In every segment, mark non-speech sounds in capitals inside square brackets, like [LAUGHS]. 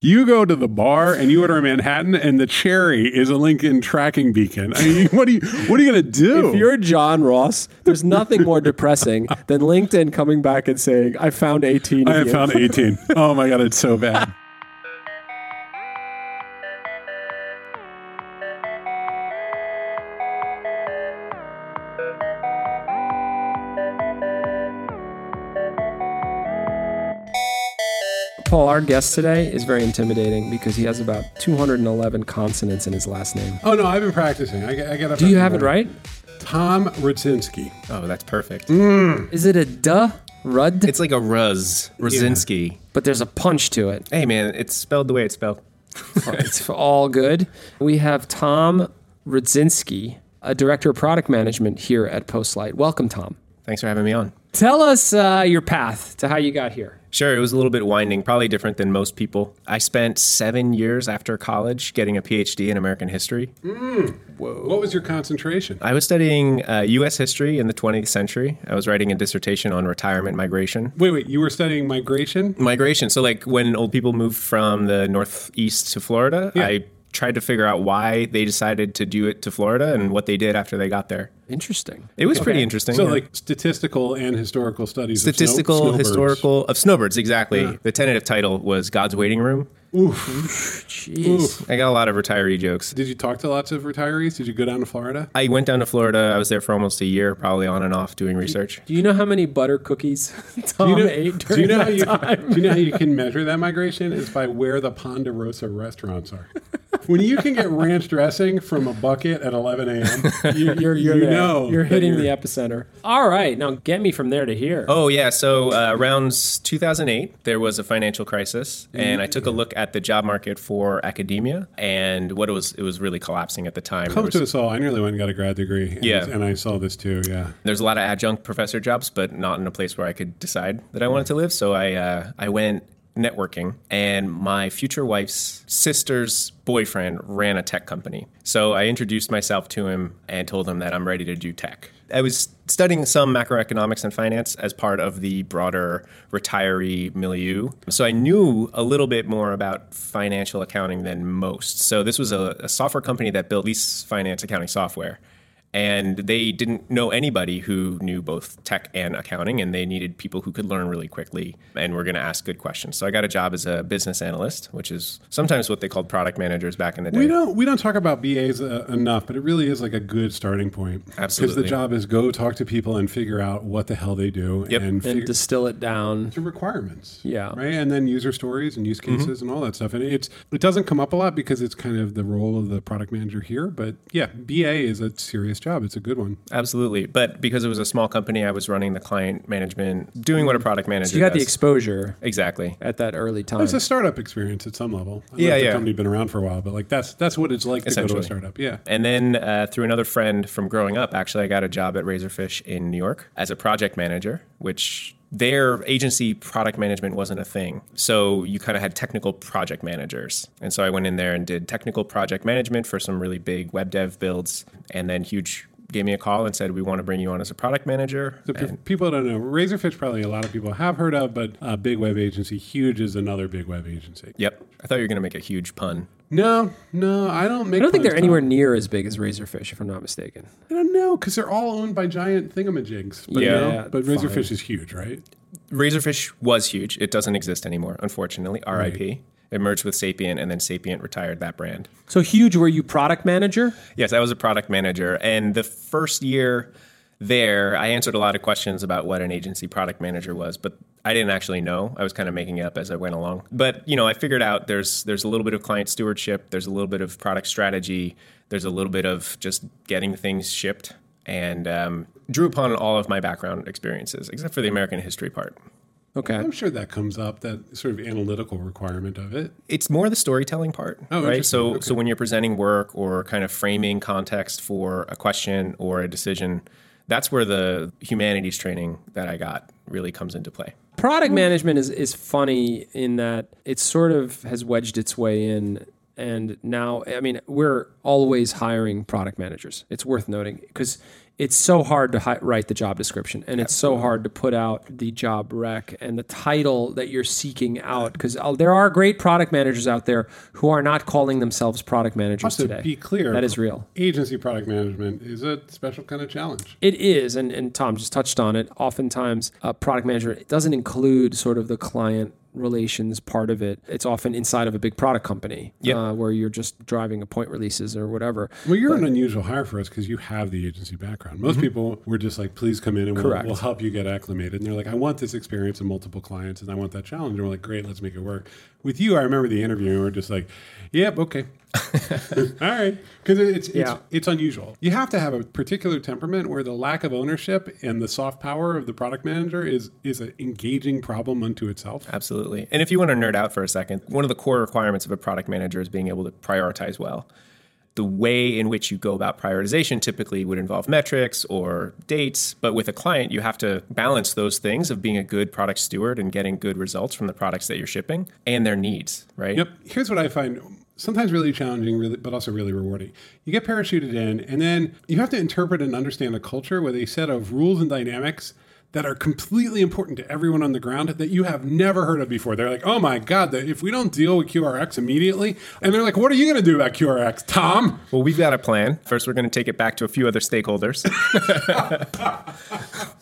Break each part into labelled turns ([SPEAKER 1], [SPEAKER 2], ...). [SPEAKER 1] You go to the bar and you order a Manhattan, and the cherry is a Lincoln tracking beacon. I mean, [LAUGHS] what are you? What are you gonna do?
[SPEAKER 2] If you're John Ross, there's nothing
[SPEAKER 1] [LAUGHS]
[SPEAKER 2] more depressing than LinkedIn coming back and saying, "I found 18."
[SPEAKER 1] I
[SPEAKER 2] of
[SPEAKER 1] have
[SPEAKER 2] you."
[SPEAKER 1] found 18. Oh my god, it's so bad.
[SPEAKER 2] Paul, our guest today is very intimidating because he has about 211 consonants in his last name.
[SPEAKER 1] [LAUGHS] Oh no, I've been practicing. I get, I get up.
[SPEAKER 2] Do you have it right?
[SPEAKER 1] Tom Rudzinski.
[SPEAKER 3] Oh, that's perfect.
[SPEAKER 1] Mm.
[SPEAKER 2] Is it a duh, rud?
[SPEAKER 3] It's like a Ruz, Rosinski.
[SPEAKER 2] but there's a punch
[SPEAKER 1] [LAUGHS]
[SPEAKER 2] to it.
[SPEAKER 3] Hey, man, it's spelled the way it's spelled.
[SPEAKER 2] It's all good. We have Tom Rudzinski, a director of product management here at Postlight. Welcome, Tom.
[SPEAKER 3] Thanks for having me on.
[SPEAKER 2] Tell us uh, your path to how you got here.
[SPEAKER 3] Sure, it was a little bit winding, probably different than most people. I spent seven years after college getting a PhD in American history.
[SPEAKER 1] Mm. What was your concentration?
[SPEAKER 3] I was studying uh, U.S. history in the 20th century. I was writing a dissertation on retirement migration.
[SPEAKER 1] Wait, wait. You were studying migration.
[SPEAKER 3] Migration, so like when old people moved from the Northeast to Florida,
[SPEAKER 1] Yeah.
[SPEAKER 3] I tried to figure out why they decided to do it to Florida and what they did after they got there.
[SPEAKER 2] Interesting.
[SPEAKER 3] It was pretty interesting.
[SPEAKER 1] So
[SPEAKER 3] yeah.
[SPEAKER 1] like statistical and historical studies. of snow-
[SPEAKER 3] statistical,
[SPEAKER 1] snowbirds.
[SPEAKER 3] historical of snowbirds. Exactly. The tentative title was God's Waiting Room.
[SPEAKER 2] Jeez.
[SPEAKER 3] I got a lot of retiree jokes.
[SPEAKER 1] Did you talk to lots of retirees? Did you go down to Florida?
[SPEAKER 3] I went down to Florida. I was there for almost a year, probably on and off doing research.
[SPEAKER 2] Do you know how many butter cookies [LAUGHS] Tom
[SPEAKER 1] Do you know,
[SPEAKER 2] ate
[SPEAKER 1] do you
[SPEAKER 2] during
[SPEAKER 1] know how
[SPEAKER 2] that
[SPEAKER 1] you,
[SPEAKER 2] time?
[SPEAKER 1] do you know how you can measure that migration? It's by where the Ponderosa restaurants are. When you can get ranch dressing from a bucket at 11 a.m., you,
[SPEAKER 2] You're, you're
[SPEAKER 1] you
[SPEAKER 2] there.
[SPEAKER 1] know
[SPEAKER 2] you're
[SPEAKER 1] that
[SPEAKER 2] hitting
[SPEAKER 1] you're-
[SPEAKER 2] the epicenter. All right, now get me from there to here.
[SPEAKER 3] Oh yeah, so uh, around 2008 there was a financial crisis, and I took a look at the job market for academia and what it was. It was really collapsing at the time. There
[SPEAKER 1] Comes
[SPEAKER 3] was-
[SPEAKER 1] to us all. I nearly went and got a grad degree. And,
[SPEAKER 3] Yeah.
[SPEAKER 1] And I saw this too. Yeah.
[SPEAKER 3] there's a lot of adjunct professor jobs, but not in a place where I could decide that I wanted to live. So I uh, I went networking, and my future wife's sister's boyfriend ran a tech company. So I introduced myself to him and told him that I'm ready to do tech. I was studying some macroeconomics and finance as part of the broader retiree milieu. So I knew a little bit more about financial accounting than most. So this was a, a software company that built lease finance accounting software and they didn't know anybody who knew both tech and accounting and they needed people who could learn really quickly and were going to ask good questions so i got a job as a business analyst which is sometimes what they called product managers back in the day
[SPEAKER 1] We don't we don't talk about BAs uh, enough, but it really is like a good starting point. Because the
[SPEAKER 3] Absolutely.
[SPEAKER 1] job is go talk to people and figure out what the hell they do
[SPEAKER 3] Yep.
[SPEAKER 1] and
[SPEAKER 2] and
[SPEAKER 1] figure
[SPEAKER 2] distill it down.
[SPEAKER 1] to requirements.
[SPEAKER 2] Yeah. Mm-hmm.
[SPEAKER 1] Right. And then user stories and use cases and all that stuff. And it's it doesn't come up a lot because it's kind of the role of the product manager here. But yeah, BA is a serious job. It's a good one.
[SPEAKER 3] absolutely but because it was a small company i was running the client management doing what a product manager
[SPEAKER 2] You got the
[SPEAKER 3] does.
[SPEAKER 2] exposure
[SPEAKER 3] exactly
[SPEAKER 2] at that early time.
[SPEAKER 1] It's a startup experience at some level. I don't know
[SPEAKER 3] Yeah,
[SPEAKER 1] if The
[SPEAKER 3] yeah.
[SPEAKER 1] company been around for a while, but like that's that's what it's like to go to a
[SPEAKER 3] Essentially.
[SPEAKER 1] startup. Yeah.
[SPEAKER 3] And then uh, through another friend from growing up, actually, I got a job at Razorfish in New York as a project manager, which their agency product management wasn't a thing. So you kind of had technical project managers. And so I went in there and did technical project management for some really big web dev builds. And then Huge gave me a call and said, We want to bring you on as a product manager.
[SPEAKER 1] So
[SPEAKER 3] And-
[SPEAKER 1] pe- people don't know Razorfish. Probably a lot of people have heard of, but a big web agency, huge is another big web agency.
[SPEAKER 3] yep. I thought you were going to make a huge pun.
[SPEAKER 1] No, no, I don't make.
[SPEAKER 2] I don't think
[SPEAKER 1] puns,
[SPEAKER 2] they're anywhere
[SPEAKER 1] Tom.
[SPEAKER 2] near as big as Razorfish, if I'm not mistaken.
[SPEAKER 1] I don't know because they're all owned by giant thingamajigs. But
[SPEAKER 3] Yeah.
[SPEAKER 1] no,
[SPEAKER 2] Yeah,
[SPEAKER 1] but
[SPEAKER 2] fine.
[SPEAKER 1] Razorfish is huge, right?
[SPEAKER 3] Razorfish was huge. It doesn't exist anymore, unfortunately. RIP. It merged with Sapient, and then Sapient retired that brand.
[SPEAKER 2] So huge were you product manager?
[SPEAKER 3] Yes, I was a product manager. And the first year there, I answered a lot of questions about what an agency product manager was, but I didn't actually know. I was kind of making it up as I went along. But, you know, I figured out there's there's a little bit of client stewardship, there's a little bit of product strategy, there's a little bit of just getting things shipped and um, drew upon all of my background experiences, except for the American history part.
[SPEAKER 2] Okay.
[SPEAKER 1] I'm sure that comes up. That sort of analytical requirement of it.
[SPEAKER 3] it's more the storytelling part,
[SPEAKER 1] Oh,
[SPEAKER 3] right?
[SPEAKER 1] interesting.
[SPEAKER 3] So, so when you're presenting work or kind of framing context for a question or a decision, that's where the humanities training that I got really comes into play.
[SPEAKER 1] Mm-hmm.
[SPEAKER 2] Product management is, is funny in that it sort of has wedged its way in And now, I mean, we're always hiring product managers. It's worth noting because it's so hard to hi- write the job description and it's so hard to put out the job rec and the title that you're seeking out because there are great product managers out there who are not calling themselves product managers
[SPEAKER 1] Also,
[SPEAKER 2] today.
[SPEAKER 1] be clear.
[SPEAKER 2] That is real.
[SPEAKER 1] Agency product management is a special kind of challenge.
[SPEAKER 2] It is, and, and Tom just touched on it. Oftentimes, a product manager it doesn't include sort of the client relations part of it. It's often inside of a big product company
[SPEAKER 3] Yep.
[SPEAKER 2] uh, where you're just driving a point releases or whatever.
[SPEAKER 1] Well, you're an unusual hire for us because you have the agency background. Most people were just like, please come in and we'll,
[SPEAKER 2] Mm-hmm. Correct.
[SPEAKER 1] we'll help you get acclimated. And they're like, I want this experience and multiple clients and I want that challenge. And we're like, great, let's make it work. With you, I remember the interview and we're just like, yep,
[SPEAKER 2] [LAUGHS]
[SPEAKER 1] okay. [LAUGHS] All right. Because it's, it's,
[SPEAKER 2] Yeah.
[SPEAKER 1] it's unusual. You have to have a particular temperament where the lack of ownership and the soft power of the product manager is, is an engaging problem unto itself.
[SPEAKER 3] Absolutely. And if you want to nerd out for a second, one of the core requirements of a product manager is being able to prioritize well. The way in which you go about prioritization typically would involve metrics or dates, but with a client, you have to balance those things of being a good product steward and getting good results from the products that you're shipping and their needs, right?
[SPEAKER 1] Yep. Here's what I find sometimes really challenging, really, but also really rewarding. You get parachuted in, and then you have to interpret and understand a culture with a set of rules and dynamics that are completely important to everyone on the ground that you have never heard of before. They're like, oh my God, that if we don't deal with QRX immediately, and they're like, what are you going to do about QRX, Tom?
[SPEAKER 3] Well, we've got a plan. First, we're going to take it back to a few other stakeholders. [COUGHS]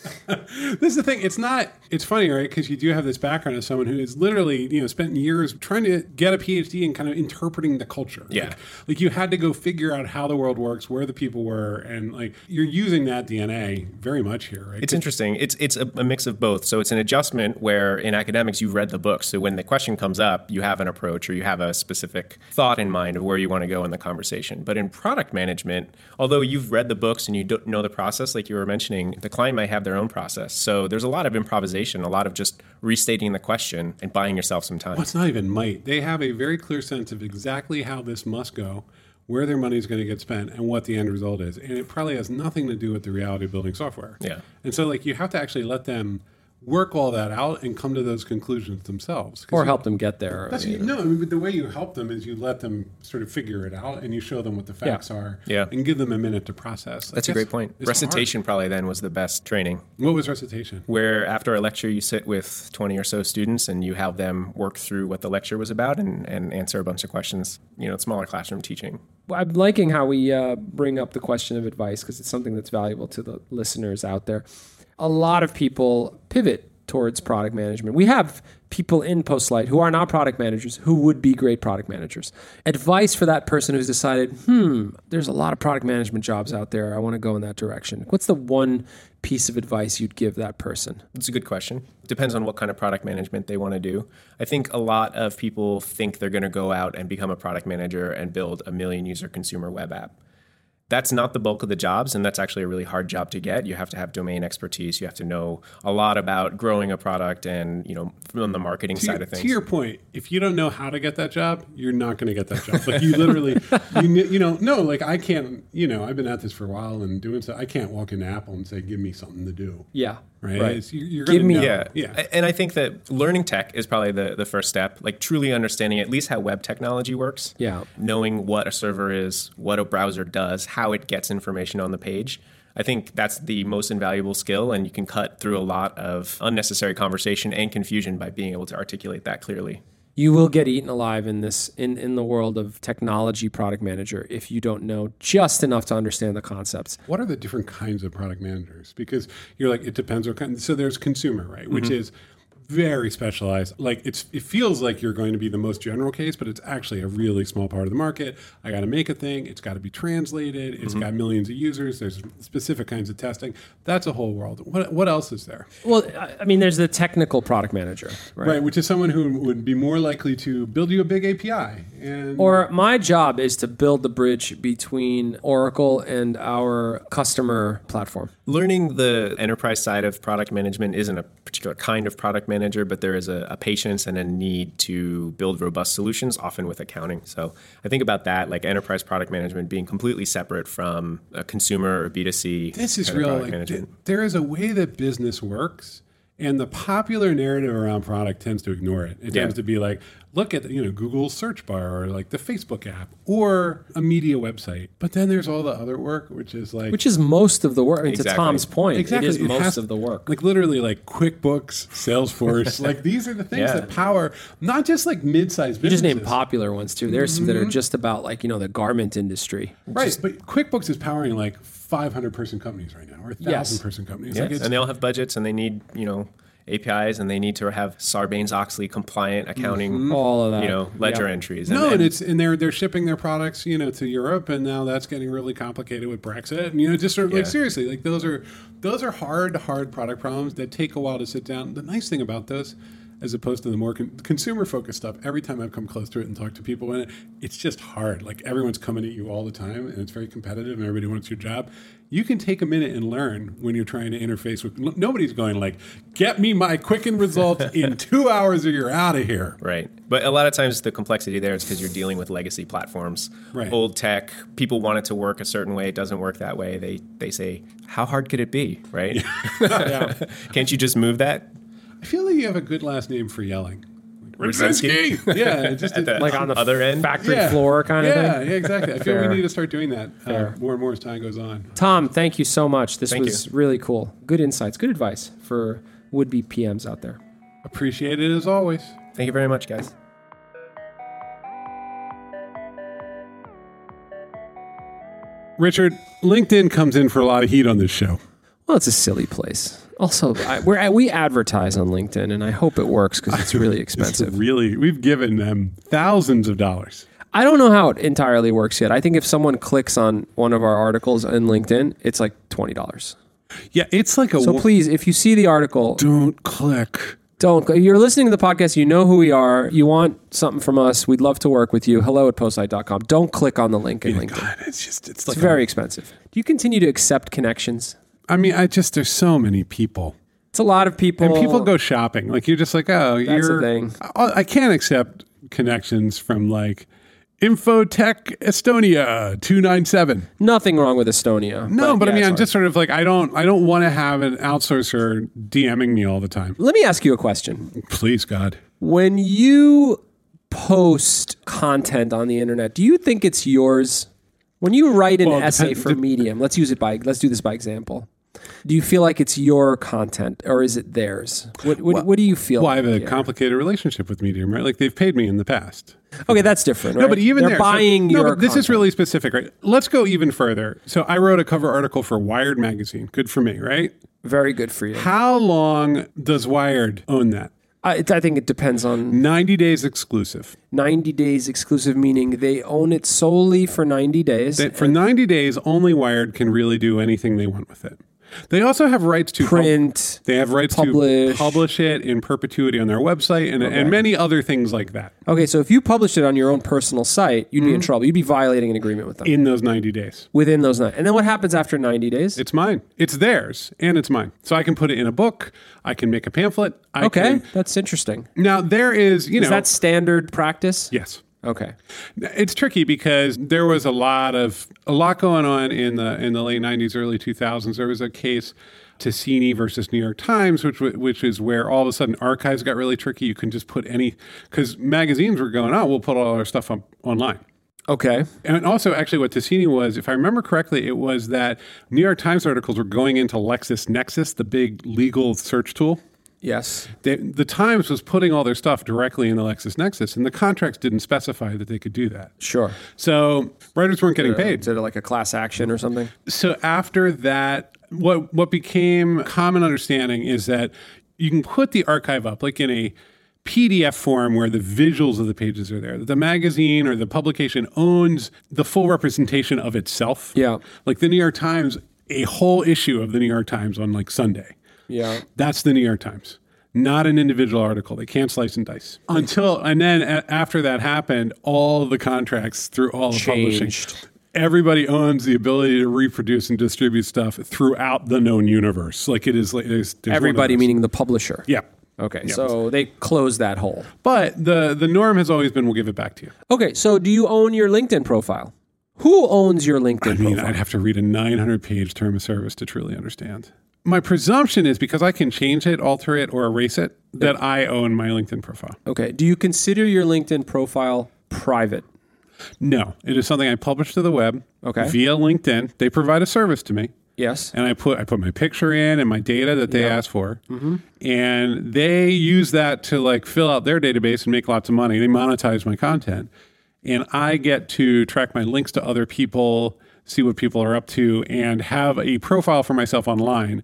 [SPEAKER 1] This is the thing. It's not. It's funny, right? Because you do have this background of someone who has literally, you know, spent years trying to get a PhD and kind of interpreting the culture.
[SPEAKER 3] Yeah.
[SPEAKER 1] Like, like you had to go figure out how the world works, where the people were, and like you're using that DNA very much here, right?
[SPEAKER 3] It's interesting. It's it's a, a mix of both. So it's an adjustment where in academics you've read the book. So when the question comes up, you have an approach or you have a specific thought in mind of where you want to go in the conversation. But in product management, although you've read the books and you don't know the process, like you were mentioning, the client might have their own process. So there's a lot of improvisation, a lot of just restating the question and buying yourself some time.
[SPEAKER 1] Well, it's not even might. They have a very clear sense of exactly how this must go, where their money is going to get spent, and what the end result is. And it probably has nothing to do with the reality of building software.
[SPEAKER 3] Yeah.
[SPEAKER 1] And so, like, you have to actually let them work all that out and come to those conclusions themselves. 'Cause
[SPEAKER 2] Or
[SPEAKER 1] you-
[SPEAKER 2] help them get there.
[SPEAKER 1] That's you no. I mean, but the way you help them is you let them sort of figure it out, and you show them what the facts are,
[SPEAKER 3] Yeah.
[SPEAKER 1] and give them a minute to process. Like,
[SPEAKER 3] That's a great point.
[SPEAKER 1] it's
[SPEAKER 3] Recitation probably then was the best training.
[SPEAKER 1] hard. What was recitation?
[SPEAKER 3] where after a lecture you sit with 20 or so students and you have them work through what the lecture was about and, and answer a bunch of questions you know it's smaller classroom teaching
[SPEAKER 2] I'm liking how we uh, bring up the question of advice because it's something that's valuable to the listeners out there. A lot of people pivot towards product management. We have people in Postlight who are not product managers who would be great product managers. Advice for that person who's decided, hmm, there's a lot of product management jobs out there. I want to go in that direction. What's the one piece of advice you'd give that person?
[SPEAKER 3] it's a good question depends on what kind of product management they want to do i think a lot of people think they're going to go out and become a product manager and build a million user consumer web app that's not the bulk of the jobs, and that's actually a really hard job to get. You have to have domain expertise. You have to know a lot about growing a product, and you know, from the marketing
[SPEAKER 1] To
[SPEAKER 3] side
[SPEAKER 1] your-
[SPEAKER 3] of things.
[SPEAKER 1] To your point, if you don't know how to get that job, you're not going to get that job. Like you literally, you, kn- you know, no, like I can't. You know, I've been at this for a while and doing so. I can't walk into Apple and say, "Give me something to do."
[SPEAKER 2] Yeah.
[SPEAKER 1] Right?
[SPEAKER 2] Right.
[SPEAKER 1] It's- you- you're
[SPEAKER 2] Give
[SPEAKER 1] gonna
[SPEAKER 2] me-
[SPEAKER 1] know.
[SPEAKER 3] Yeah.
[SPEAKER 1] Yeah.
[SPEAKER 3] Um, A- And I think that learning tech is probably the, the first step, like truly understanding at least how web technology works.
[SPEAKER 2] Yeah.
[SPEAKER 3] Knowing what a server is, what a browser does, how it gets information on the page. I think that's the most invaluable skill, and you can cut through a lot of unnecessary conversation and confusion by being able to articulate that clearly.
[SPEAKER 2] you will get eaten alive in this in, in the world of technology product manager if you don't know just enough to understand the concepts
[SPEAKER 1] what are the different kinds of product managers? Because you're like, it depends what kind. So there's consumer, right, which is very specialized. Like it's, it feels like you're going to be the most general case, but it's actually a really small part of the market. I got to make a thing. It's got to be translated. It's got millions of users. There's specific kinds of testing. That's a whole world. What what else is there?
[SPEAKER 2] well I- i mean there's the technical product manager right,
[SPEAKER 1] Right, which is someone who would be more likely to build you a big API and
[SPEAKER 2] or my job is to build the bridge between oracle and our customer platform
[SPEAKER 3] Learning the enterprise side of product management isn't a particular kind of product manager, but there is a, a patience and a need to build robust solutions, often with accounting. So I think about that, like enterprise product management being completely separate from a consumer or B2C.
[SPEAKER 1] This is
[SPEAKER 3] kind of
[SPEAKER 1] real.
[SPEAKER 3] product
[SPEAKER 1] Like,
[SPEAKER 3] management.
[SPEAKER 1] th- there is a way that business works, And the popular narrative around product tends to ignore it. It
[SPEAKER 3] Yeah.
[SPEAKER 1] tends to be like, look at you know Google search bar or like the Facebook app or a media website. But then there's all the other work, which is like
[SPEAKER 2] Which is most of the work. I mean, To
[SPEAKER 3] Exactly.
[SPEAKER 2] Tom's point,
[SPEAKER 1] Exactly.
[SPEAKER 2] it is
[SPEAKER 1] It
[SPEAKER 2] most
[SPEAKER 1] has-
[SPEAKER 2] of the work.
[SPEAKER 1] like literally like QuickBooks,
[SPEAKER 3] [LAUGHS]
[SPEAKER 1] Salesforce, like these are the things
[SPEAKER 3] Yeah.
[SPEAKER 1] that power not just like mid-sized
[SPEAKER 2] You
[SPEAKER 1] businesses.
[SPEAKER 2] just name popular ones too. There's some that are just about like you know the garment industry.
[SPEAKER 1] Mm-hmm. right, but QuickBooks is powering like 500 person companies right now or 1000
[SPEAKER 2] Yes.
[SPEAKER 1] person companies.
[SPEAKER 3] Yes,
[SPEAKER 1] Like it's,
[SPEAKER 3] and they all have budgets, and they need you know APIs, and they need to have Sarbanes Oxley compliant accounting,
[SPEAKER 2] All of that.
[SPEAKER 3] you know, ledger
[SPEAKER 2] Yep.
[SPEAKER 3] entries.
[SPEAKER 1] Mm-hmm. no, and it's and they're they're shipping their products, you know, to Europe, and now that's getting really complicated with Brexit. And you know, just sort of like
[SPEAKER 3] Yeah.
[SPEAKER 1] seriously, like those are those are hard, hard product problems that take a while to sit down. The nice thing about those, as opposed to the more con- consumer focused stuff, every time I've come close to it and talked to people in it, it's just hard. Like everyone's coming at you all the time, and it's very competitive, and everybody wants your job. You can take a minute and learn when you're trying to interface with. n- Nobody's going like, "Get me my Quicken results in two hours, or you're out of here."
[SPEAKER 3] Right. But a lot of times the complexity there is because you're dealing with legacy platforms,
[SPEAKER 1] Right.
[SPEAKER 3] old tech. People want it to work a certain way. It doesn't work that way. They they say, how hard could it be? Right. [LAUGHS] Can't you just move that?
[SPEAKER 1] I feel like you have a good last name for yelling.
[SPEAKER 3] Brzezinski?
[SPEAKER 1] Brzezinski. [LAUGHS] yeah, it just
[SPEAKER 2] Like on the
[SPEAKER 3] Other end?
[SPEAKER 2] factory
[SPEAKER 1] yeah.
[SPEAKER 2] floor kind
[SPEAKER 1] yeah,
[SPEAKER 2] of thing.
[SPEAKER 1] Yeah, exactly. I feel
[SPEAKER 2] Fair.
[SPEAKER 1] we need to start doing that uh, more and more as time goes on.
[SPEAKER 2] Tom, thank you so much. This
[SPEAKER 3] Thank
[SPEAKER 2] was really cool. Good insights, good advice for would be PMs out there.
[SPEAKER 1] Appreciate it as always.
[SPEAKER 3] Thank you very much, guys.
[SPEAKER 1] Richard, LinkedIn comes in for a lot of heat on this show.
[SPEAKER 2] Well, it's a silly place. Also, I, we're, we advertise on LinkedIn, and I hope it works because it's really expensive.
[SPEAKER 1] really, we've given them thousands of dollars.
[SPEAKER 2] I don't know how it entirely works yet. I think if someone clicks on one of our articles in LinkedIn, it's like twenty dollars.
[SPEAKER 1] Yeah, it's like a
[SPEAKER 2] So please, if you see the article,
[SPEAKER 1] don't click.
[SPEAKER 2] don't. If you're listening to the podcast, you know who we are. You want something from us? We'd love to work with you. Hello at postsite.com. Don't click on the link in LinkedIn.
[SPEAKER 1] God, it's just it's like
[SPEAKER 2] It's very expensive. Do you continue to accept connections?
[SPEAKER 1] I mean, I just there's so many people.
[SPEAKER 2] It's a lot of people.
[SPEAKER 1] And people go shopping. Like you're just like, oh,
[SPEAKER 2] That's the
[SPEAKER 1] you're.
[SPEAKER 2] thing.
[SPEAKER 1] I, I can't accept connections from like Infotech Estonia two nine seven.
[SPEAKER 2] nothing wrong with Estonia.
[SPEAKER 1] No, but, I
[SPEAKER 2] yeah,
[SPEAKER 1] mean,
[SPEAKER 2] it's
[SPEAKER 1] I'm
[SPEAKER 2] hard.
[SPEAKER 1] just sort of like, I don't, I don't want to have an outsourcer DMing me all the time.
[SPEAKER 2] Let me ask you a question.
[SPEAKER 1] Please, God.
[SPEAKER 2] When you post content on the internet, do you think it's yours? When you write an
[SPEAKER 1] Well, it
[SPEAKER 2] essay
[SPEAKER 1] depend-
[SPEAKER 2] for Medium, let's use it by let's do this by example. Do you feel like it's your content or is it theirs? What what, what do you feel?
[SPEAKER 1] Well, I have a
[SPEAKER 2] Yeah.
[SPEAKER 1] complicated relationship with Medium, right? Like they've paid me in the past.
[SPEAKER 2] okay, that's different.
[SPEAKER 1] No, but even
[SPEAKER 2] they're
[SPEAKER 1] there, so-
[SPEAKER 2] buying
[SPEAKER 1] no,
[SPEAKER 2] your.
[SPEAKER 1] but this is
[SPEAKER 2] content.
[SPEAKER 1] really specific, right? Let's go even further. So I wrote a cover article for Wired magazine. Good for me, right?
[SPEAKER 2] very good for you.
[SPEAKER 1] How long does Wired own that?
[SPEAKER 2] I, I think it depends on
[SPEAKER 1] 90 days exclusive.
[SPEAKER 2] 90 days exclusive, meaning they own it solely for 90 days.
[SPEAKER 1] That for 90 days, only Wired can really do anything they want with it. They also have rights to pub-
[SPEAKER 2] print.
[SPEAKER 1] they have rights
[SPEAKER 2] publish.
[SPEAKER 1] to publish it in perpetuity on their website and, and many other things like that
[SPEAKER 2] Okay, so if you published it on your own personal site, you'd be
[SPEAKER 1] Mm-hmm.
[SPEAKER 2] in trouble. You'd be violating an agreement with them
[SPEAKER 1] in those 90 days.
[SPEAKER 2] within those nine. And then what happens after 90 days?
[SPEAKER 1] It's mine. It's theirs and it's mine. So I can put it in a book. I can make a pamphlet. I
[SPEAKER 2] okay,
[SPEAKER 1] can-
[SPEAKER 2] that's interesting.
[SPEAKER 1] now there is, you
[SPEAKER 2] Is
[SPEAKER 1] know,
[SPEAKER 2] that standard practice?
[SPEAKER 1] yes.
[SPEAKER 2] Okay.
[SPEAKER 1] It's tricky because there was a lot of a lot going on in the in the late '90s, early 2000s. There was a case, Ticini versus New York Times, which wa- which is where all of a sudden archives got really tricky. You couldn't just put any because magazines were going, oh, we'll put all our stuff up online.
[SPEAKER 2] Okay.
[SPEAKER 1] And also, actually, what Ticini was, if I remember correctly, it was that New York Times articles were going into LexisNexis, the big legal search tool
[SPEAKER 2] Yes.
[SPEAKER 1] they, the Times was putting all their stuff directly into LexisNexis, and the contracts didn't specify that they could do that.
[SPEAKER 2] Sure.
[SPEAKER 1] So writers weren't getting
[SPEAKER 2] Is
[SPEAKER 1] paid.
[SPEAKER 2] it like a class action or something?
[SPEAKER 1] So after that, what what became common understanding is that you can put the archive up like in a PDF form where the visuals of the pages are there. The magazine or the publication owns the full representation of itself.
[SPEAKER 2] Yeah.
[SPEAKER 1] Like the New York Times, a whole issue of the New York Times on like Sunday.
[SPEAKER 2] Yeah.
[SPEAKER 1] That's the New York Times, not an individual article. They can't slice and dice
[SPEAKER 2] Oh.
[SPEAKER 1] until and then a- after that happened, all the contracts through all the
[SPEAKER 2] Changed.
[SPEAKER 1] publishing. Everybody owns the ability to reproduce and distribute stuff throughout the known universe. Like it is like there's, there's one of
[SPEAKER 2] Everybody,
[SPEAKER 1] those.
[SPEAKER 2] meaning the publisher.
[SPEAKER 1] yeah.
[SPEAKER 2] Okay. So they close that hole.
[SPEAKER 1] But the the norm has always been we'll give it back to you.
[SPEAKER 2] Okay. So do you own your LinkedIn profile? Who owns your LinkedIn
[SPEAKER 1] I mean,
[SPEAKER 2] profile?
[SPEAKER 1] I'd have to read a 900 page term of service to truly understand. my presumption is because I can change it, alter it, or erase it, that I own my LinkedIn profile.
[SPEAKER 2] Okay. Do you consider your LinkedIn profile private?
[SPEAKER 1] No, it is something I publish to the web
[SPEAKER 2] Okay.
[SPEAKER 1] via LinkedIn. They provide a service to me.
[SPEAKER 2] Yes.
[SPEAKER 1] and I put I put my picture in and my data that they asked for,
[SPEAKER 2] Mm-hmm.
[SPEAKER 1] and they use that to like fill out their database and make lots of money. They monetize my content, and I get to track my links to other people, see what people are up to, and have a profile for myself online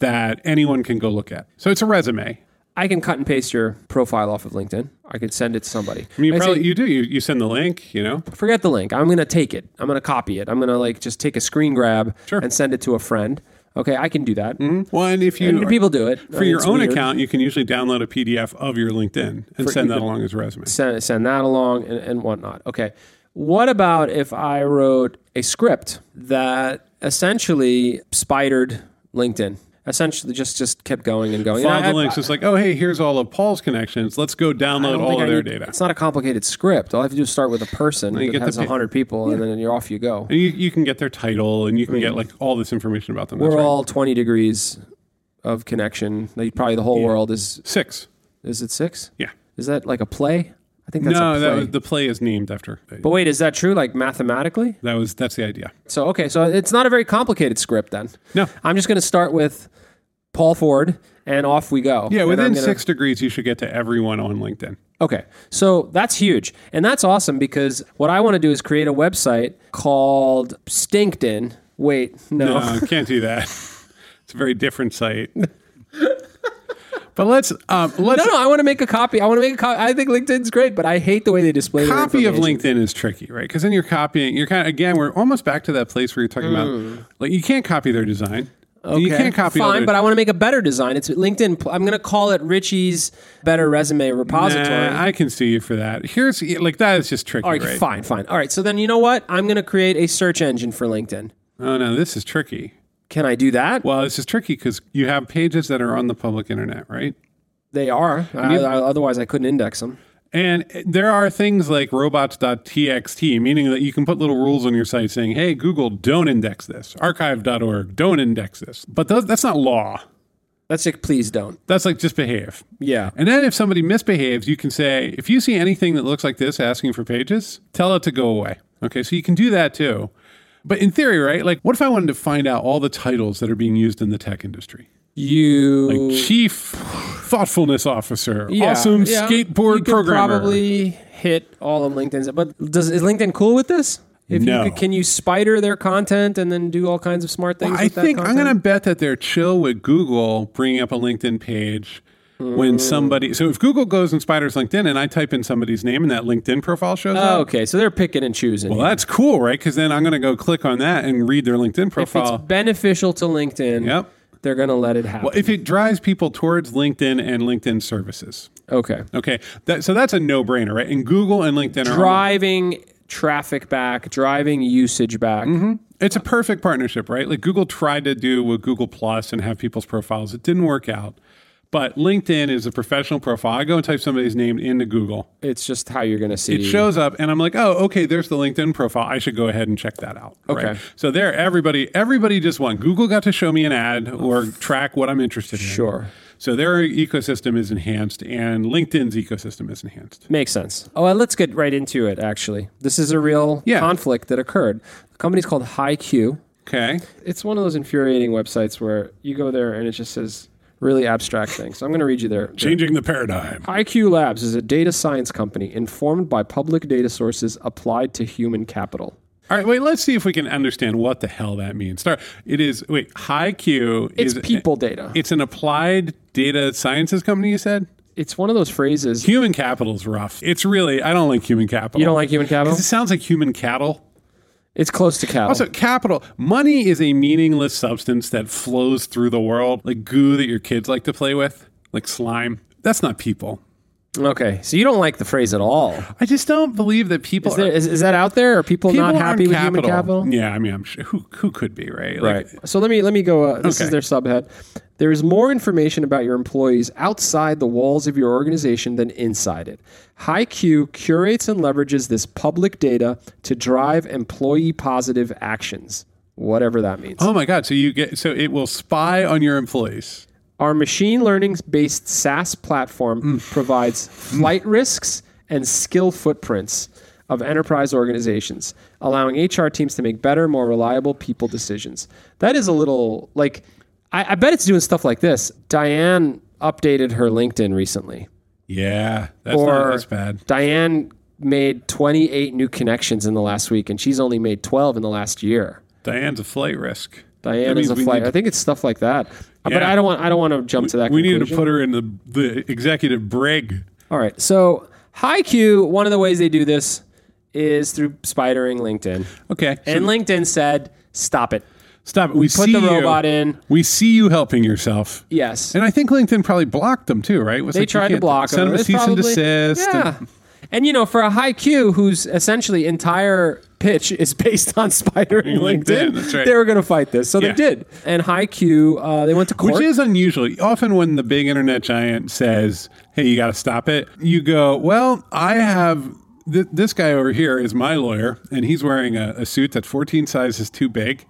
[SPEAKER 1] that anyone can go look at. So it's a resume.
[SPEAKER 2] I can cut and paste your profile off of LinkedIn. I could send it to somebody.
[SPEAKER 1] I mean, you
[SPEAKER 2] I'd say,
[SPEAKER 1] probably you do you, you send the link, you know.
[SPEAKER 2] forget the link. I'm going to take it. I'm going to copy it. I'm going to like just take a screen grab
[SPEAKER 1] Sure.
[SPEAKER 2] and send it to a friend. Okay, I can do that.
[SPEAKER 1] Well, and if you
[SPEAKER 2] And people do it I
[SPEAKER 1] for
[SPEAKER 2] mean,
[SPEAKER 1] your
[SPEAKER 2] it's
[SPEAKER 1] own
[SPEAKER 2] weird.
[SPEAKER 1] account, you can usually download a PDF of your LinkedIn and send that along as a resume.
[SPEAKER 2] Send send that along and, and whatnot. Okay, what about if I wrote a script that essentially spidered LinkedIn? Essentially, just just kept going and going. And
[SPEAKER 1] follow
[SPEAKER 2] I-
[SPEAKER 1] the
[SPEAKER 2] I-
[SPEAKER 1] links. It's like, oh, hey, here's all of Paul's connections. Let's go download
[SPEAKER 2] don't
[SPEAKER 1] all
[SPEAKER 2] think
[SPEAKER 1] of
[SPEAKER 2] I
[SPEAKER 1] their
[SPEAKER 2] need-
[SPEAKER 1] data.
[SPEAKER 2] It's not a complicated script. All I have to do is start with a person
[SPEAKER 1] you
[SPEAKER 2] that
[SPEAKER 1] get the
[SPEAKER 2] has
[SPEAKER 1] pi-
[SPEAKER 2] a hundred people, and then you're off you go.
[SPEAKER 1] And you, you can get their title and you can get like all this information about them. That's
[SPEAKER 2] We're
[SPEAKER 1] right.
[SPEAKER 2] all twenty degrees of connection. Like, Probably the whole world is.
[SPEAKER 1] six.
[SPEAKER 2] Is it six?
[SPEAKER 1] Yeah.
[SPEAKER 2] Is that like a play? I think that's
[SPEAKER 1] no,
[SPEAKER 2] a
[SPEAKER 1] that
[SPEAKER 2] play.
[SPEAKER 1] was, the play is named after.
[SPEAKER 2] but wait, is that true? Like mathematically?
[SPEAKER 1] that was that's the idea.
[SPEAKER 2] So okay, so it's not a very complicated script then.
[SPEAKER 1] No.
[SPEAKER 2] I'm just going to start with Paul Ford, and off we go.
[SPEAKER 1] Yeah,
[SPEAKER 2] And
[SPEAKER 1] within
[SPEAKER 2] I'm gonna-
[SPEAKER 1] six degrees, you should get to everyone on LinkedIn.
[SPEAKER 2] Okay. So that's huge. And that's awesome because what I want to do is create a website called Stinkton. Wait, no.
[SPEAKER 1] No, Uh, can't do that. It's a very different site. but let's um, let's
[SPEAKER 2] [LAUGHS] No, no, I want to make a copy. I want to make a copy. I think LinkedIn's great, but I hate the way they display their
[SPEAKER 1] copy of
[SPEAKER 2] information.
[SPEAKER 1] LinkedIn is tricky, right? Because then you're copying. You're kind of again. We're almost back to that place where you're talking about like you can't copy their design. You
[SPEAKER 2] Hmm. Okay.
[SPEAKER 1] can't copy. all
[SPEAKER 2] Fine,
[SPEAKER 1] their-
[SPEAKER 2] but I want to make a better design. It's LinkedIn. pl- I'm going to call it Richie's Better Resume Repository.
[SPEAKER 1] Nah, I can see you for that. Here's like that is just tricky,
[SPEAKER 2] All right,
[SPEAKER 1] right?
[SPEAKER 2] fine, fine. All right, so then you know what? I'm going to create a search engine for LinkedIn.
[SPEAKER 1] Oh no, this is tricky.
[SPEAKER 2] Can I do that?
[SPEAKER 1] Well, this is tricky because you have pages that are on the public internet, right?
[SPEAKER 2] They are. I, I, otherwise, I couldn't index them.
[SPEAKER 1] And eh, there are things like robots.txt, meaning that you can put little rules on your site saying, "Hey, Google, don't index this." Archive.org, don't index this. But those, that's not law.
[SPEAKER 2] That's like, please don't.
[SPEAKER 1] That's like just behave.
[SPEAKER 2] Yeah.
[SPEAKER 1] And then if somebody misbehaves, you can say, if you see anything that looks like this asking for pages, tell it to go away. Okay, so you can do that too. But in theory, right? Like, what if I wanted to find out all the titles that are being used in the tech industry?
[SPEAKER 2] You.
[SPEAKER 1] Like chief thoughtfulness officer,
[SPEAKER 2] Yeah,
[SPEAKER 1] awesome
[SPEAKER 2] yeah.
[SPEAKER 1] skateboard
[SPEAKER 2] you could
[SPEAKER 1] programmer.
[SPEAKER 2] Probably hit all of LinkedIn's. But does is LinkedIn cool with this? If
[SPEAKER 1] No.
[SPEAKER 2] you could, can you spider their content and then do all kinds of smart things?
[SPEAKER 1] I
[SPEAKER 2] with that
[SPEAKER 1] think I'm
[SPEAKER 2] content?
[SPEAKER 1] going to bet that they're chill with Google bringing up a LinkedIn page
[SPEAKER 2] Mm.
[SPEAKER 1] when somebody. So if Google goes and spiders LinkedIn and I type in somebody's name and that LinkedIn profile shows up,
[SPEAKER 2] Oh, okay, so they're picking and choosing.
[SPEAKER 1] Well, that's cool, right? Because then I'm going to go click on that and read their LinkedIn
[SPEAKER 2] if it's
[SPEAKER 1] profile.
[SPEAKER 2] beneficial to LinkedIn,
[SPEAKER 1] Yep.
[SPEAKER 2] they're going to let it happen.
[SPEAKER 1] Well, if it drives people towards LinkedIn and LinkedIn services,
[SPEAKER 2] okay,
[SPEAKER 1] okay, that, so that's a no-brainer, right? And Google and LinkedIn are
[SPEAKER 2] driving traffic back, driving usage back.
[SPEAKER 1] it's a perfect partnership, right? Like Google tried to do with Google Plus and have people's profiles, it didn't work out. But LinkedIn is a professional profile. I go and type somebody's name into Google.
[SPEAKER 2] It's just how you're going to see.
[SPEAKER 1] It shows up, and I'm like, oh, okay, there's the LinkedIn profile. I should go ahead and check that out.
[SPEAKER 2] Okay.
[SPEAKER 1] So there, everybody, everybody just won. Google got to show me an ad or track what I'm interested in.
[SPEAKER 2] Sure.
[SPEAKER 1] So their ecosystem is enhanced, and LinkedIn's ecosystem is enhanced.
[SPEAKER 2] Makes sense. Oh, and let's get right into it, actually. This is a real
[SPEAKER 1] Yeah.
[SPEAKER 2] conflict that occurred. The company's called HiQ.
[SPEAKER 1] Okay.
[SPEAKER 2] It's one of those infuriating websites where you go there and it just says really abstract things. So I'm going to read you there.
[SPEAKER 1] Changing the paradigm.
[SPEAKER 2] IQ Labs is a data science company informed by public data sources applied to human capital.
[SPEAKER 1] All right, wait. Let's see if we can understand what the hell that means. Start. It is wait. High Q
[SPEAKER 2] It's
[SPEAKER 1] is
[SPEAKER 2] people data.
[SPEAKER 1] It's an applied data sciences company. You said
[SPEAKER 2] It's one of those phrases.
[SPEAKER 1] human capital's rough. It's really I don't like human capital.
[SPEAKER 2] You don't
[SPEAKER 1] [LAUGHS]
[SPEAKER 2] like human capital?
[SPEAKER 1] It sounds like human cattle.
[SPEAKER 2] It's close to capital.
[SPEAKER 1] Also, capital money is a meaningless substance that flows through the world, like goo that your kids like to play with, like slime. That's not people.
[SPEAKER 2] okay, so you don't like the phrase at all.
[SPEAKER 1] I just don't believe that people.
[SPEAKER 2] Is, there, is, is that out there? Are people,
[SPEAKER 1] people
[SPEAKER 2] not happy
[SPEAKER 1] aren't
[SPEAKER 2] with human capital?
[SPEAKER 1] Yeah, I mean, I'm sure who who could be right. Like,
[SPEAKER 2] Right. So let me let me go. Uh, this
[SPEAKER 1] Okay.
[SPEAKER 2] is their subhead. There is more information about your employees outside the walls of your organization than inside it. HiQ curates and leverages this public data to drive employee positive actions. whatever that means.
[SPEAKER 1] Oh my god! So you get so it will spy on your employees.
[SPEAKER 2] Our machine learning based SaaS platform
[SPEAKER 1] Mm.
[SPEAKER 2] provides flight risks and skill footprints of enterprise organizations, allowing HR teams to make better, more reliable people decisions. That is a little like, I, I bet it's doing stuff like this. Diane updated her LinkedIn recently,
[SPEAKER 1] Yeah, that's
[SPEAKER 2] or
[SPEAKER 1] not as bad.
[SPEAKER 2] Diane made 28 new connections in the last week, and she's only made 12 in the last year.
[SPEAKER 1] Diane's a flight risk.
[SPEAKER 2] Diane
[SPEAKER 1] That
[SPEAKER 2] is
[SPEAKER 1] means
[SPEAKER 2] a
[SPEAKER 1] we
[SPEAKER 2] flight.
[SPEAKER 1] need-
[SPEAKER 2] I think it's stuff like that. Uh, But
[SPEAKER 1] Yeah.
[SPEAKER 2] I don't want. I don't want to jump to that.
[SPEAKER 1] We need to
[SPEAKER 2] conclusion.
[SPEAKER 1] put her in the the executive brig.
[SPEAKER 2] All right. So HiQ, one of the ways they do this is through spidering LinkedIn.
[SPEAKER 1] Okay, so
[SPEAKER 2] And LinkedIn said, "Stop it.
[SPEAKER 1] stop. it. We
[SPEAKER 2] Put
[SPEAKER 1] see
[SPEAKER 2] the
[SPEAKER 1] you.
[SPEAKER 2] robot in."
[SPEAKER 1] We see you helping yourself.
[SPEAKER 2] Yes.
[SPEAKER 1] And I think LinkedIn probably blocked them too, right? It was
[SPEAKER 2] they
[SPEAKER 1] like, you
[SPEAKER 2] tried to
[SPEAKER 1] can't
[SPEAKER 2] block
[SPEAKER 1] send
[SPEAKER 2] him.
[SPEAKER 1] them a
[SPEAKER 2] It's
[SPEAKER 1] cease and
[SPEAKER 2] probably-
[SPEAKER 1] desist. and-
[SPEAKER 2] Yeah. And you know, for a HiQ whose essentially entire pitch is based on spidering
[SPEAKER 1] [LAUGHS]
[SPEAKER 2] LinkedIn,
[SPEAKER 1] LinkedIn, that's right.
[SPEAKER 2] they were going to fight this, so
[SPEAKER 1] Yeah.
[SPEAKER 2] they did. And HiQ, uh, they went to court.
[SPEAKER 1] Which is unusual. Often, when the big internet giant says, "Hey, you got to stop it," you go, "Well, I have th- this guy over here is my lawyer, and he's wearing a, a suit that's 14 sizes too big,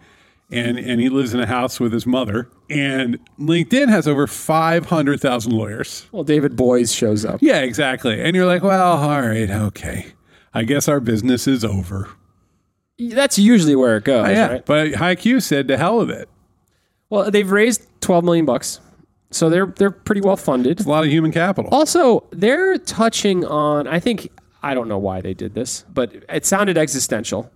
[SPEAKER 1] and and he lives in a house with his mother." And LinkedIn has over 500,000 lawyers.
[SPEAKER 2] well, David Boyes shows up.
[SPEAKER 1] Yeah, exactly. And you're like, "Well, all right, okay, I guess our business is over."
[SPEAKER 2] That's usually where it goes,
[SPEAKER 1] Yeah,
[SPEAKER 2] right?
[SPEAKER 1] but HiQ said, "To hell with it."
[SPEAKER 2] Well, they've raised 12 million bucks. So they're they're pretty well funded.
[SPEAKER 1] A lot of human capital.
[SPEAKER 2] Also, they're touching on. I think I don't know why they did this, but it sounded existential.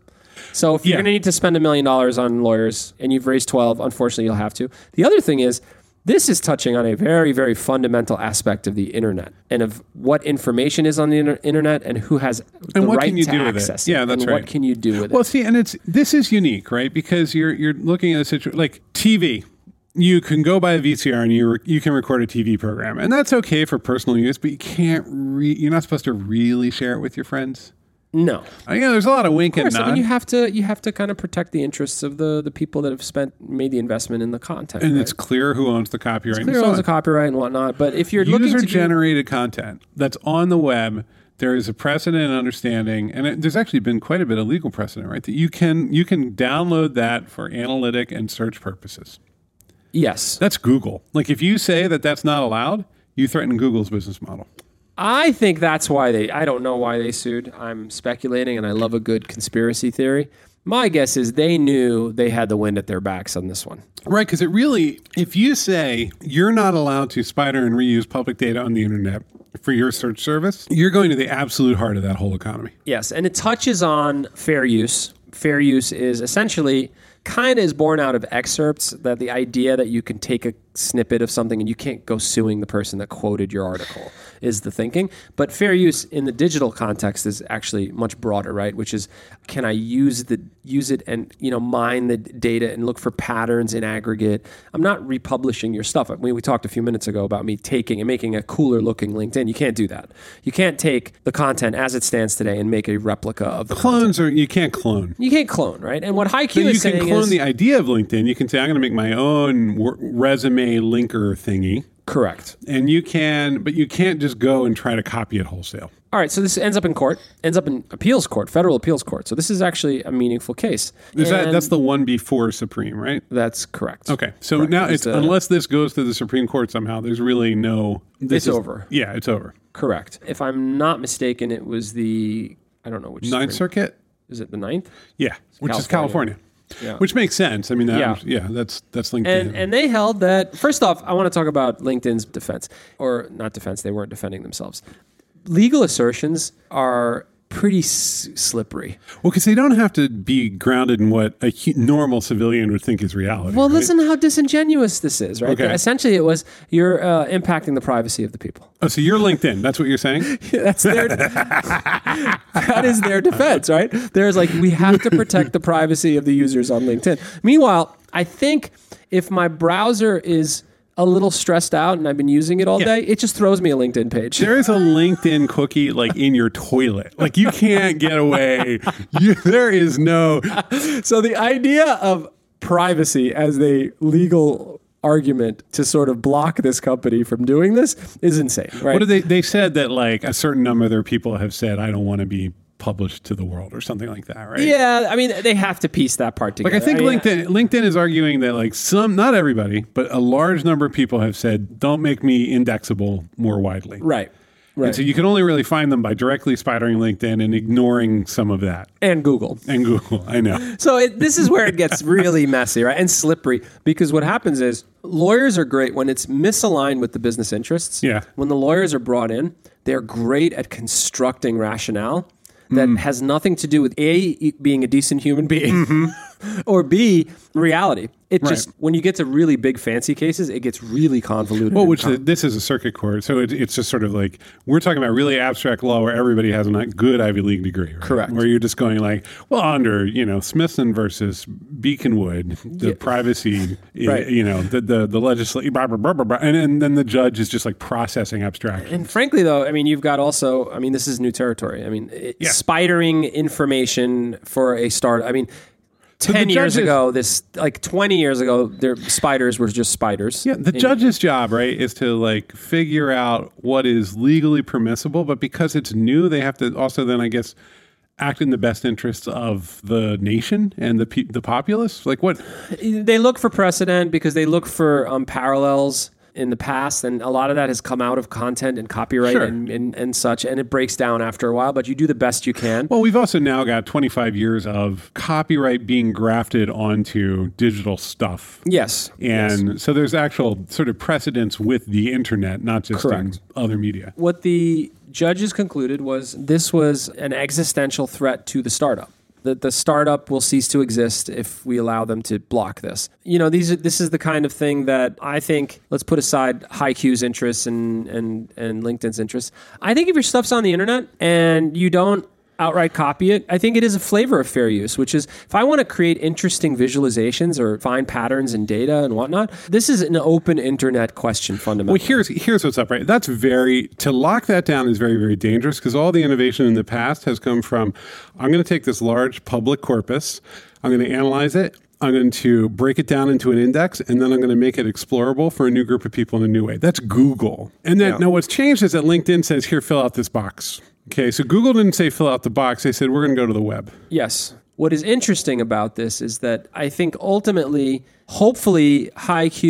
[SPEAKER 2] So if you're
[SPEAKER 1] Yeah.
[SPEAKER 2] going to need to spend a million dollars on lawyers and you've raised twelve, unfortunately, you'll have to. The other thing is. This is touching on a very, very fundamental aspect of the internet and of what information is on the inter- internet and who has the
[SPEAKER 1] And what
[SPEAKER 2] right
[SPEAKER 1] can you
[SPEAKER 2] to
[SPEAKER 1] do with it?
[SPEAKER 2] access
[SPEAKER 1] Yeah, that's
[SPEAKER 2] and
[SPEAKER 1] right.
[SPEAKER 2] What can you do with
[SPEAKER 1] Well,
[SPEAKER 2] it?
[SPEAKER 1] see, and it's this is unique, right? Because you're you're looking at a situation like TV. You can go buy a VCR and you re- you can record a TV program, and that's okay for personal use. But you can't. Re- you're not supposed to really share it with your friends.
[SPEAKER 2] No,
[SPEAKER 1] I you know, there's a lot of wink and
[SPEAKER 2] course, I mean,
[SPEAKER 1] nod,
[SPEAKER 2] you have to you have to kind of protect the interests of the the people that have spent made the investment in the content.
[SPEAKER 1] and
[SPEAKER 2] right?
[SPEAKER 1] it's clear who owns the copyright. and
[SPEAKER 2] clear
[SPEAKER 1] so
[SPEAKER 2] owns
[SPEAKER 1] on.
[SPEAKER 2] the copyright and whatnot. But if you're looking
[SPEAKER 1] user
[SPEAKER 2] to do-
[SPEAKER 1] generated content that's on the web there is a precedent and understanding and it, there's actually been quite a bit of legal precedent right that you can you can download that for analytic and search purposes
[SPEAKER 2] yes,
[SPEAKER 1] that's google like if you say that that's not allowed you threaten google's business model
[SPEAKER 2] I think that's why they. I don't know why they sued. I'm speculating, and I love a good conspiracy theory. My guess is they knew they had the wind at their backs on this one.
[SPEAKER 1] right because it really if you say you're not allowed to spider and reuse public data on the internet for your search service you're going to the absolute heart of that whole economy
[SPEAKER 2] Yes, and it touches on fair use. Fair use is essentially kind of is born out of excerpts that the idea that you can take a snippet of something and you can't go suing the person that quoted your article is the thinking. But fair use in the digital context is actually much broader, right? Which is can I use the use it and you know mine the data and look for patterns in aggregate? I'm not republishing your stuff. I mean, we talked a few minutes ago about me taking and making a cooler looking LinkedIn. You can't do that. You can't take the content as it stands today and make a replica of the [LAUGHS]
[SPEAKER 1] clones are you can't clone
[SPEAKER 2] you can't clone, right? And what HiQ
[SPEAKER 1] But
[SPEAKER 2] is
[SPEAKER 1] you can
[SPEAKER 2] saying
[SPEAKER 1] clone
[SPEAKER 2] is
[SPEAKER 1] the idea of LinkedIn. You can say, I'm going to make my own wor- resume linker thingy.
[SPEAKER 2] correct.
[SPEAKER 1] And you can, but you can't just go and try to copy it wholesale.
[SPEAKER 2] All right, so this ends up in court, ends up in appeals court, federal appeals court. So this is actually a meaningful case.
[SPEAKER 1] Is that,
[SPEAKER 2] And
[SPEAKER 1] that's the one before Supreme, right?
[SPEAKER 2] that's correct.
[SPEAKER 1] Okay. So now
[SPEAKER 2] It was
[SPEAKER 1] it's,
[SPEAKER 2] the-
[SPEAKER 1] unless this goes to the Supreme Court somehow, there's really no. This
[SPEAKER 2] It's over.
[SPEAKER 1] Yeah, it's over.
[SPEAKER 2] Correct. If I'm not mistaken, it was the I don't know which
[SPEAKER 1] Ninth
[SPEAKER 2] Supreme-
[SPEAKER 1] Circuit?
[SPEAKER 2] Is it the ninth?
[SPEAKER 1] Yeah. Which is
[SPEAKER 2] California.
[SPEAKER 1] California. Which makes sense. I mean, that,
[SPEAKER 2] Yeah.
[SPEAKER 1] yeah. that's that's LinkedIn.
[SPEAKER 2] And and they held that first off, I want to talk about LinkedIn's defense or not defense, they weren't defending themselves. Legal assertions are pretty s- slippery.
[SPEAKER 1] well, because they don't have to be grounded in what a hu- normal civilian would think is reality.
[SPEAKER 2] Well,
[SPEAKER 1] right?
[SPEAKER 2] listen how disingenuous this is, right?
[SPEAKER 1] Okay.
[SPEAKER 2] Essentially, it was you're uh, impacting the privacy of the people.
[SPEAKER 1] Oh, so you're LinkedIn. That's what you're saying?
[SPEAKER 2] [LAUGHS] That's [LAUGHS] their that is their defense, right? There's like we have to protect the privacy of the users on LinkedIn. Meanwhile, I think if my browser is a little stressed out and I've been using it all day, it just throws me a LinkedIn page.
[SPEAKER 1] There is a LinkedIn cookie like in your toilet. Like you can't get away. [LAUGHS] You, there is no.
[SPEAKER 2] So the idea of privacy as a legal argument to sort of block this company from doing this is insane, right?
[SPEAKER 1] What did they? They said that like a certain number of their people have said, "I don't want to be published to the world or something like that, right?
[SPEAKER 2] Yeah, I mean, they have to piece that part together.
[SPEAKER 1] Like I think
[SPEAKER 2] mean,
[SPEAKER 1] LinkedIn LinkedIn is arguing that like some not everybody, but a large number of people have said don't make me indexable more widely.
[SPEAKER 2] Right. Right.
[SPEAKER 1] And so you can only really find them by directly spidering LinkedIn and ignoring some of that.
[SPEAKER 2] and Google.
[SPEAKER 1] And Google, I know.
[SPEAKER 2] So it, this is where it gets really messy, right? And slippery because what happens is lawyers are great when it's misaligned with the business interests.
[SPEAKER 1] Yeah.
[SPEAKER 2] When the lawyers are brought in, they're great at constructing rationale that
[SPEAKER 1] Mm.
[SPEAKER 2] has nothing to do with A e- being a decent human being
[SPEAKER 1] Mm-hmm.
[SPEAKER 2] [LAUGHS] or B reality. It just when you get to really big fancy cases, it gets really convoluted.
[SPEAKER 1] Well,
[SPEAKER 2] and
[SPEAKER 1] which the, this is a circuit court, so it, it's just sort of like we're talking about really abstract law where everybody has a not good Ivy League degree, right?
[SPEAKER 2] Correct.
[SPEAKER 1] Where you're just going like, well, under you know Smithson versus Beaconwood, the privacy, i-
[SPEAKER 2] Right.
[SPEAKER 1] you know, the the, the legislative, blah, blah, blah, blah, blah, and, and then the judge is just like processing abstraction.
[SPEAKER 2] And frankly, though, I mean, you've got also, I mean, this is new territory. I mean, it,
[SPEAKER 1] Yeah.
[SPEAKER 2] spidering information for a start. I mean, 10 years
[SPEAKER 1] judges-
[SPEAKER 2] ago, this, like 20 years ago, their spiders were just spiders.
[SPEAKER 1] Yeah, the judge's job, right, is to like figure out what is legally permissible, but because it's new, they have to also then, I guess, act in the best interests of the nation and the pe- the populace. Like what?
[SPEAKER 2] They look for precedent because they look for um, parallels in the past. And a lot of that has come out of content and copyright
[SPEAKER 1] Sure.
[SPEAKER 2] and, and, and such. And it breaks down after a while, but you do the best you can.
[SPEAKER 1] Well, we've also now got 25 years of copyright being grafted onto digital stuff.
[SPEAKER 2] yes.
[SPEAKER 1] And so there's actual sort of precedence with the internet, not just
[SPEAKER 2] Correct.
[SPEAKER 1] in other media.
[SPEAKER 2] what the judges concluded was this was an existential threat to the startup. That the startup will cease to exist if we allow them to block this. You know, these are, this is the kind of thing that I think. Let's put aside HiQ's interests and and and LinkedIn's interests. I think if your stuff's on the internet and you don't outright copy it, I think it is a flavor of fair use, which is if I want to create interesting visualizations or find patterns in data and whatnot. This is an open internet question fundamentally.
[SPEAKER 1] Well, here's here's what's up, right? That's very to lock that down is very very dangerous because all the innovation in the past has come from I'm going to take this large public corpus, I'm going to analyze it, I'm going to break it down into an index, and then I'm going to make it explorable for a new group of people in a new way. That's Google, and then now what's changed is that LinkedIn says here fill out this box. Okay, so Google didn't say fill out the box; they said we're going to go to the web.
[SPEAKER 2] Yes. What is interesting about this is that I think ultimately, hopefully, HiQ,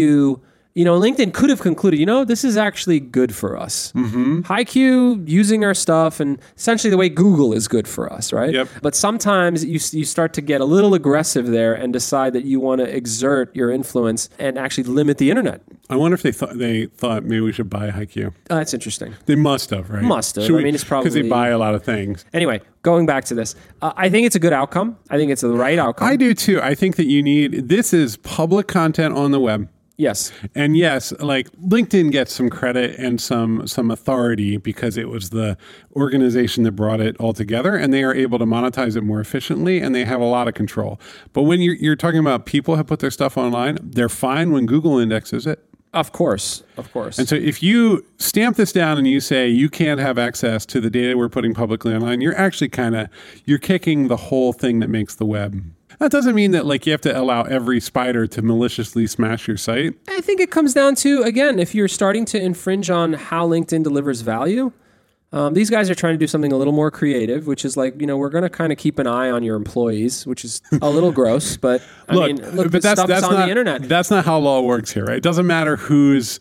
[SPEAKER 2] you know, LinkedIn could have concluded, you know, this is actually good for us. Mm-hmm. HiQ using our stuff and essentially the way Google is good for us, right?
[SPEAKER 1] Yep.
[SPEAKER 2] But sometimes you, you start to get a little aggressive there and decide that you want to exert your influence and actually limit the internet.
[SPEAKER 1] I wonder if they thought they thought maybe we should buy HiQ.
[SPEAKER 2] Uh, that's interesting.
[SPEAKER 1] They must have, right?
[SPEAKER 2] Must have. I mean, it's
[SPEAKER 1] because they
[SPEAKER 2] probably-
[SPEAKER 1] buy a lot of things.
[SPEAKER 2] Anyway, going back to this, uh, I think it's a good outcome. I think it's the right outcome.
[SPEAKER 1] I do too. I think that you need this is public content on the web.
[SPEAKER 2] yes.
[SPEAKER 1] And yes, like LinkedIn gets some credit and some some authority because it was the organization that brought it all together and they are able to monetize it more efficiently and they have a lot of control. But when you're, you're talking about people have put their stuff online, they're fine when Google indexes it.
[SPEAKER 2] Of course. Of course.
[SPEAKER 1] And so if you stamp this down and you say you can't have access to the data we're putting publicly online, you're actually kind of you're kicking the whole thing that makes the web. That doesn't mean that like you have to allow every spider to maliciously smash your site.
[SPEAKER 2] I think it comes down to again, if you're starting to infringe on how LinkedIn delivers value, um, these guys are trying to do something a little more creative, which is like you know we're going to kind of keep an eye on your employees, which is a
[SPEAKER 1] [LAUGHS]
[SPEAKER 2] little gross, but I mean, look, this stuff's on
[SPEAKER 1] not
[SPEAKER 2] the internet.
[SPEAKER 1] that's not how law works here, right? It doesn't matter who's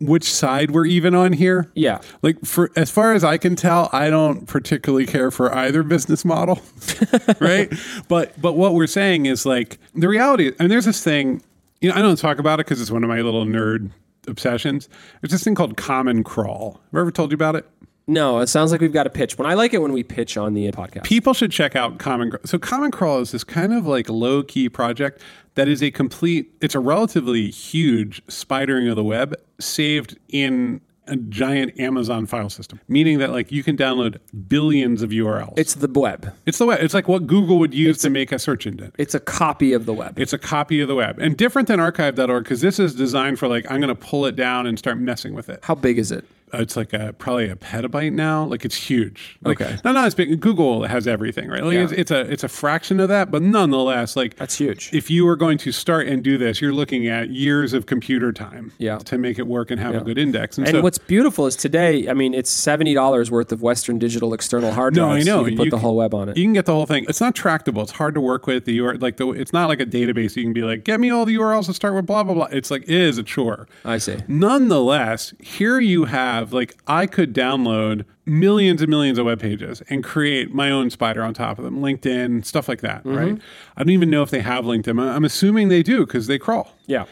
[SPEAKER 1] which side we're even on here.
[SPEAKER 2] Yeah.
[SPEAKER 1] Like for as far as I can tell, I don't particularly care for either business model. [LAUGHS] right? But but what we're saying is like the reality and there's this thing, you know, I don't talk about it because it's one of my little nerd obsessions. There's this thing called common crawl. Have I ever told you about it?
[SPEAKER 2] no, it sounds like we've got a pitch. When I like it when we pitch on the podcast.
[SPEAKER 1] people should check out Common Crawl. So Common Crawl is this kind of like low key project that is a complete. It's a relatively huge spidering of the web saved in a giant Amazon file system, meaning that like you can download billions of URLs.
[SPEAKER 2] it's the web.
[SPEAKER 1] it's the web. It's like what Google would use to make a search engine.
[SPEAKER 2] It's a copy of the web.
[SPEAKER 1] It's a copy of the web and different than archive.org because this is designed for like, I'm going to pull it down and start messing with it.
[SPEAKER 2] How big is it?
[SPEAKER 1] it's like a, probably a petabyte now. Like it's huge. Like,
[SPEAKER 2] Okay.
[SPEAKER 1] Not not as big. Google has everything, right? Like
[SPEAKER 2] Yeah.
[SPEAKER 1] it's, it's a it's a fraction of that, but nonetheless, like
[SPEAKER 2] That's huge.
[SPEAKER 1] If you were going to start and do this, you're looking at years of computer time.
[SPEAKER 2] Yeah.
[SPEAKER 1] To make it work and have
[SPEAKER 2] Yeah.
[SPEAKER 1] a good index.
[SPEAKER 2] And what's beautiful is today, I mean, it's seventy dollars worth of Western Digital external hard
[SPEAKER 1] No,
[SPEAKER 2] drives.
[SPEAKER 1] I know.
[SPEAKER 2] You can put
[SPEAKER 1] You
[SPEAKER 2] the
[SPEAKER 1] can-
[SPEAKER 2] whole web on it.
[SPEAKER 1] You can get the whole thing. It's not tractable. It's hard to work with. The URL, like the it's not like a database. You can be like, get me all the URLs and start with blah blah blah. It's like it is a chore.
[SPEAKER 2] I see.
[SPEAKER 1] Nonetheless, here you have like I could download millions and millions of web pages and create my own spider on top of them, LinkedIn stuff like that. Right? I don't even know if they have LinkedIn. I- I'm assuming they do because they crawl.
[SPEAKER 2] Yeah.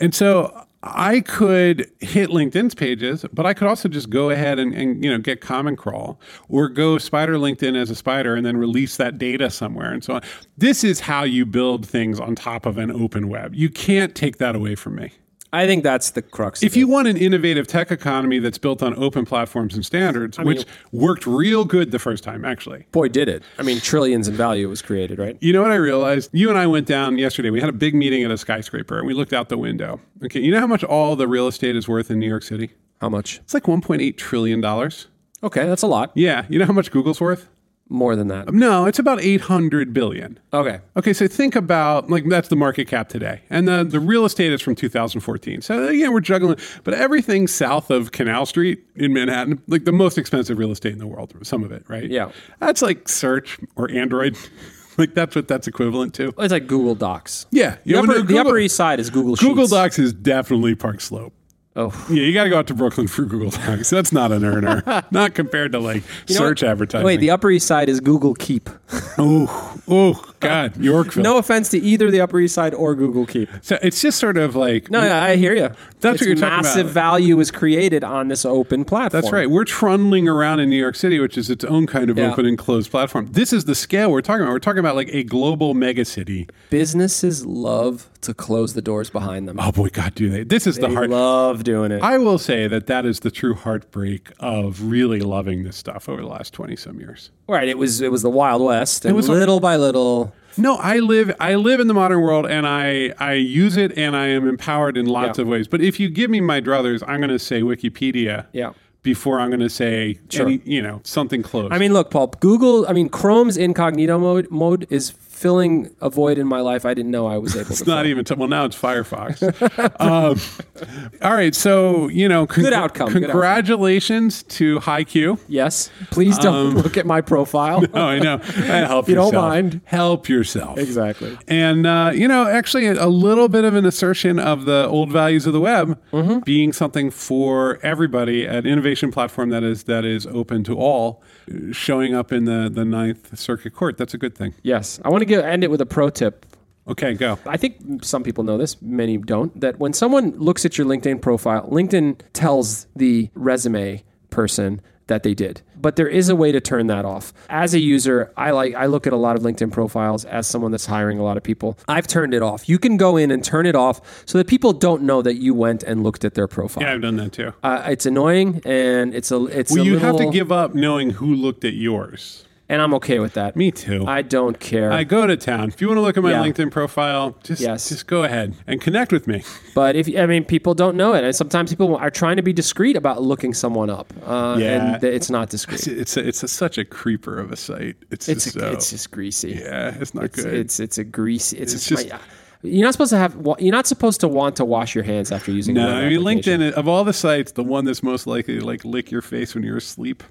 [SPEAKER 1] And so I could hit LinkedIn's pages, but I could also just go ahead and, and you know get Common Crawl or go Spider LinkedIn as a spider and then release that data somewhere and so on. This is how you build things on top of an open web. You can't take that away from me.
[SPEAKER 2] I think that's the crux.
[SPEAKER 1] If you want an innovative tech economy that's built on open platforms and standards, which worked real good the first time, actually.
[SPEAKER 2] boy did it, I mean, trillions in value was created, right?
[SPEAKER 1] You know what I realized? You and I went down yesterday. We had a big meeting at a skyscraper and we looked out the window. Okay, you know how much all the real estate is worth in New York City?
[SPEAKER 2] How much?
[SPEAKER 1] It's like 1.8 trillion dollars.
[SPEAKER 2] Okay, that's a lot.
[SPEAKER 1] Yeah, you know how much Google's worth?
[SPEAKER 2] More than that.
[SPEAKER 1] No, it's about 800 billion.
[SPEAKER 2] Okay.
[SPEAKER 1] Okay, so think about like that's the market cap today, and the the real estate is from 2014. So yeah, we're juggling, but everything south of Canal Street in Manhattan, like the most expensive real estate in the world, some of it, right?
[SPEAKER 2] Yeah.
[SPEAKER 1] that's like search or Android, [LAUGHS] like that's what that's equivalent to.
[SPEAKER 2] It's like Google Docs.
[SPEAKER 1] Yeah, you
[SPEAKER 2] The
[SPEAKER 1] know,
[SPEAKER 2] upper, the
[SPEAKER 1] Google-
[SPEAKER 2] upper East Side is Google Sheets.
[SPEAKER 1] Google Docs is definitely Park Slope.
[SPEAKER 2] Oh.
[SPEAKER 1] Yeah, you got to go out to Brooklyn for Google Docs. That's not an earner,
[SPEAKER 2] [LAUGHS]
[SPEAKER 1] not compared to like search advertising.
[SPEAKER 2] Wait, the Upper East Side is Google Keep.
[SPEAKER 1] oh, oh, God, Yorkville.
[SPEAKER 2] [LAUGHS] No offense to either the Upper East Side or Google Keep.
[SPEAKER 1] so it's just sort of like
[SPEAKER 2] No, no, I hear you.
[SPEAKER 1] That's what you're talking about.
[SPEAKER 2] massive value is created on this open platform.
[SPEAKER 1] That's right. We're trundling around in New York City, which is its own kind of
[SPEAKER 2] Yeah.
[SPEAKER 1] open and closed platform. This is the scale we're talking about. We're talking about like a global megacity.
[SPEAKER 2] Businesses love to close the doors behind them.
[SPEAKER 1] Oh boy, God, do they? This is the
[SPEAKER 2] They
[SPEAKER 1] heart.
[SPEAKER 2] love doing it.
[SPEAKER 1] I will say that that is the true heartbreak of really loving this stuff over the last twenty some years.
[SPEAKER 2] right. It was it was the Wild West, and
[SPEAKER 1] was-
[SPEAKER 2] little by little.
[SPEAKER 1] No, I live I live in the modern world and I I use it and I am empowered in lots
[SPEAKER 2] Yeah.
[SPEAKER 1] of ways. But if you give me my druthers, I'm going to say Wikipedia.
[SPEAKER 2] Yeah.
[SPEAKER 1] Before I'm going to say
[SPEAKER 2] Sure.
[SPEAKER 1] any, you know something close.
[SPEAKER 2] I mean, look, Paul. Google. I mean, Chrome's incognito mode mode is filling a void in my life. I didn't know I was able
[SPEAKER 1] [LAUGHS]
[SPEAKER 2] to.
[SPEAKER 1] It's not even. T- well, now it's
[SPEAKER 2] [LAUGHS]
[SPEAKER 1] Firefox. um, all right, so you know, congr-
[SPEAKER 2] Good outcome, good outcome.
[SPEAKER 1] Congratulations to HiQ.
[SPEAKER 2] Yes. Please don't
[SPEAKER 1] Um,
[SPEAKER 2] look at my profile.
[SPEAKER 1] [LAUGHS] Oh, I know.
[SPEAKER 2] [LAUGHS]
[SPEAKER 1] Eh, Help
[SPEAKER 2] You don't
[SPEAKER 1] yourself.
[SPEAKER 2] mind.
[SPEAKER 1] Help yourself.
[SPEAKER 2] Exactly.
[SPEAKER 1] And uh, you know, actually, a little bit of an assertion of the old values of the web
[SPEAKER 2] Mm-hmm.
[SPEAKER 1] being something for everybody, an innovation platform that is that is open to all, uh, showing up in the the Ninth Circuit Court. That's a good thing.
[SPEAKER 2] Yes. I want to give, end it with a pro tip.
[SPEAKER 1] Okay, go.
[SPEAKER 2] I think some people know this, many don't, that when someone looks at your LinkedIn profile, LinkedIn tells the resume person that they did. But there is a way to turn that off. As a user, I like I look at a lot of LinkedIn profiles as someone that's hiring a lot of people. I've turned it off. You can go in and turn it off so that people don't know that you went and looked at their profile.
[SPEAKER 1] Yeah, I've done that too.
[SPEAKER 2] Uh, it's annoying and it's a it's
[SPEAKER 1] well,
[SPEAKER 2] a
[SPEAKER 1] you
[SPEAKER 2] little
[SPEAKER 1] have to give up knowing who looked at yours.
[SPEAKER 2] and I'm okay with that.
[SPEAKER 1] Me too.
[SPEAKER 2] I don't care.
[SPEAKER 1] I go to town. If you want to look at my
[SPEAKER 2] Yeah.
[SPEAKER 1] LinkedIn profile, just
[SPEAKER 2] Yes.
[SPEAKER 1] just go ahead and connect with me.
[SPEAKER 2] But if I mean, people don't know it, and sometimes people are trying to be discreet about looking someone up, uh,
[SPEAKER 1] Yeah.
[SPEAKER 2] and th- it's not
[SPEAKER 1] It's
[SPEAKER 2] discreet.
[SPEAKER 1] it's, a, it's a, such a creeper of a site. It's,
[SPEAKER 2] It's
[SPEAKER 1] just
[SPEAKER 2] a,
[SPEAKER 1] so,
[SPEAKER 2] it's just greasy.
[SPEAKER 1] yeah, it's not good.
[SPEAKER 2] It's it's a greasy. It's,
[SPEAKER 1] It's
[SPEAKER 2] just.
[SPEAKER 1] just-
[SPEAKER 2] you're not supposed to have. wa- You're not supposed to want to wash your hands after using.
[SPEAKER 1] no,
[SPEAKER 2] a web
[SPEAKER 1] I mean
[SPEAKER 2] application.
[SPEAKER 1] LinkedIn of all the sites, the one that's most likely to like lick your face when you're
[SPEAKER 2] [LAUGHS]
[SPEAKER 1] asleep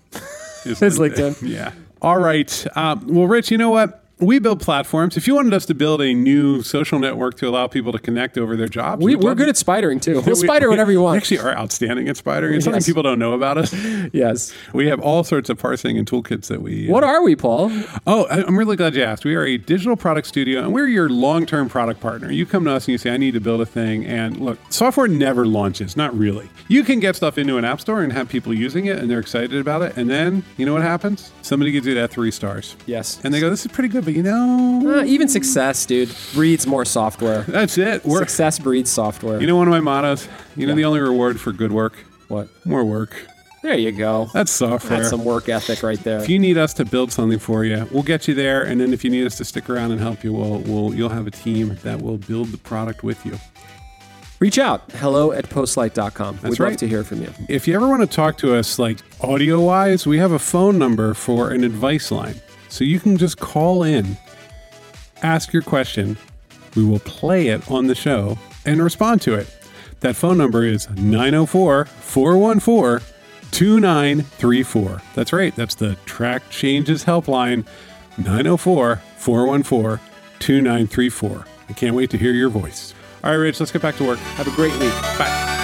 [SPEAKER 1] is
[SPEAKER 2] Is LinkedIn.
[SPEAKER 1] yeah. All right. Um, well, Rich, you know what? We build platforms. If you wanted us to build a new social network to allow people to connect over their jobs,
[SPEAKER 2] We,
[SPEAKER 1] we'd
[SPEAKER 2] we're
[SPEAKER 1] love
[SPEAKER 2] good
[SPEAKER 1] to-
[SPEAKER 2] at spidering
[SPEAKER 1] [LAUGHS]
[SPEAKER 2] too. We'll
[SPEAKER 1] we-
[SPEAKER 2] spider whatever you
[SPEAKER 1] we
[SPEAKER 2] want.
[SPEAKER 1] Actually, are outstanding at spidering. It's something
[SPEAKER 2] Yes.
[SPEAKER 1] people don't know about us.
[SPEAKER 2] [LAUGHS] yes.
[SPEAKER 1] We have all sorts of parsing and toolkits that we. uh,
[SPEAKER 2] What are we, Paul?
[SPEAKER 1] Oh, I- I'm really glad you asked. We are a digital product studio and we're your long term product partner. You come to us and you say, I need to build a thing. And look, software never launches, not really. You can get stuff into an app store and have people using it and they're excited about it. And then you know what happens? Somebody gives you that three stars.
[SPEAKER 2] Yes.
[SPEAKER 1] And they go, This is pretty good, but you know,
[SPEAKER 2] Uh, even success, dude, breeds more software.
[SPEAKER 1] that's it.
[SPEAKER 2] [LAUGHS]
[SPEAKER 1] We're,
[SPEAKER 2] Success breeds software.
[SPEAKER 1] you know, one of my mottos, you know, the only reward for good work,
[SPEAKER 2] what?
[SPEAKER 1] more work.
[SPEAKER 2] There you go.
[SPEAKER 1] That's software.
[SPEAKER 2] That's some work ethic right there.
[SPEAKER 1] If you need us to build something for you, we'll get you there. And then if you need us to stick around and help you, we'll, we'll you'll have a team that will build the product with you.
[SPEAKER 2] reach out. Hello at postlight.com. We'd love
[SPEAKER 1] right.
[SPEAKER 2] to hear from you.
[SPEAKER 1] If you ever want to talk to us, like audio wise, we have a phone number for an advice line. So you can just call in, ask your question. We will play it on the show and respond to it. That phone number is 904 414 2934. That's right. That's the Track Changes Helpline 904 414 2934. I can't wait to hear your voice. All right, Rich, let's get back to work.
[SPEAKER 2] Have a great week.
[SPEAKER 1] Bye.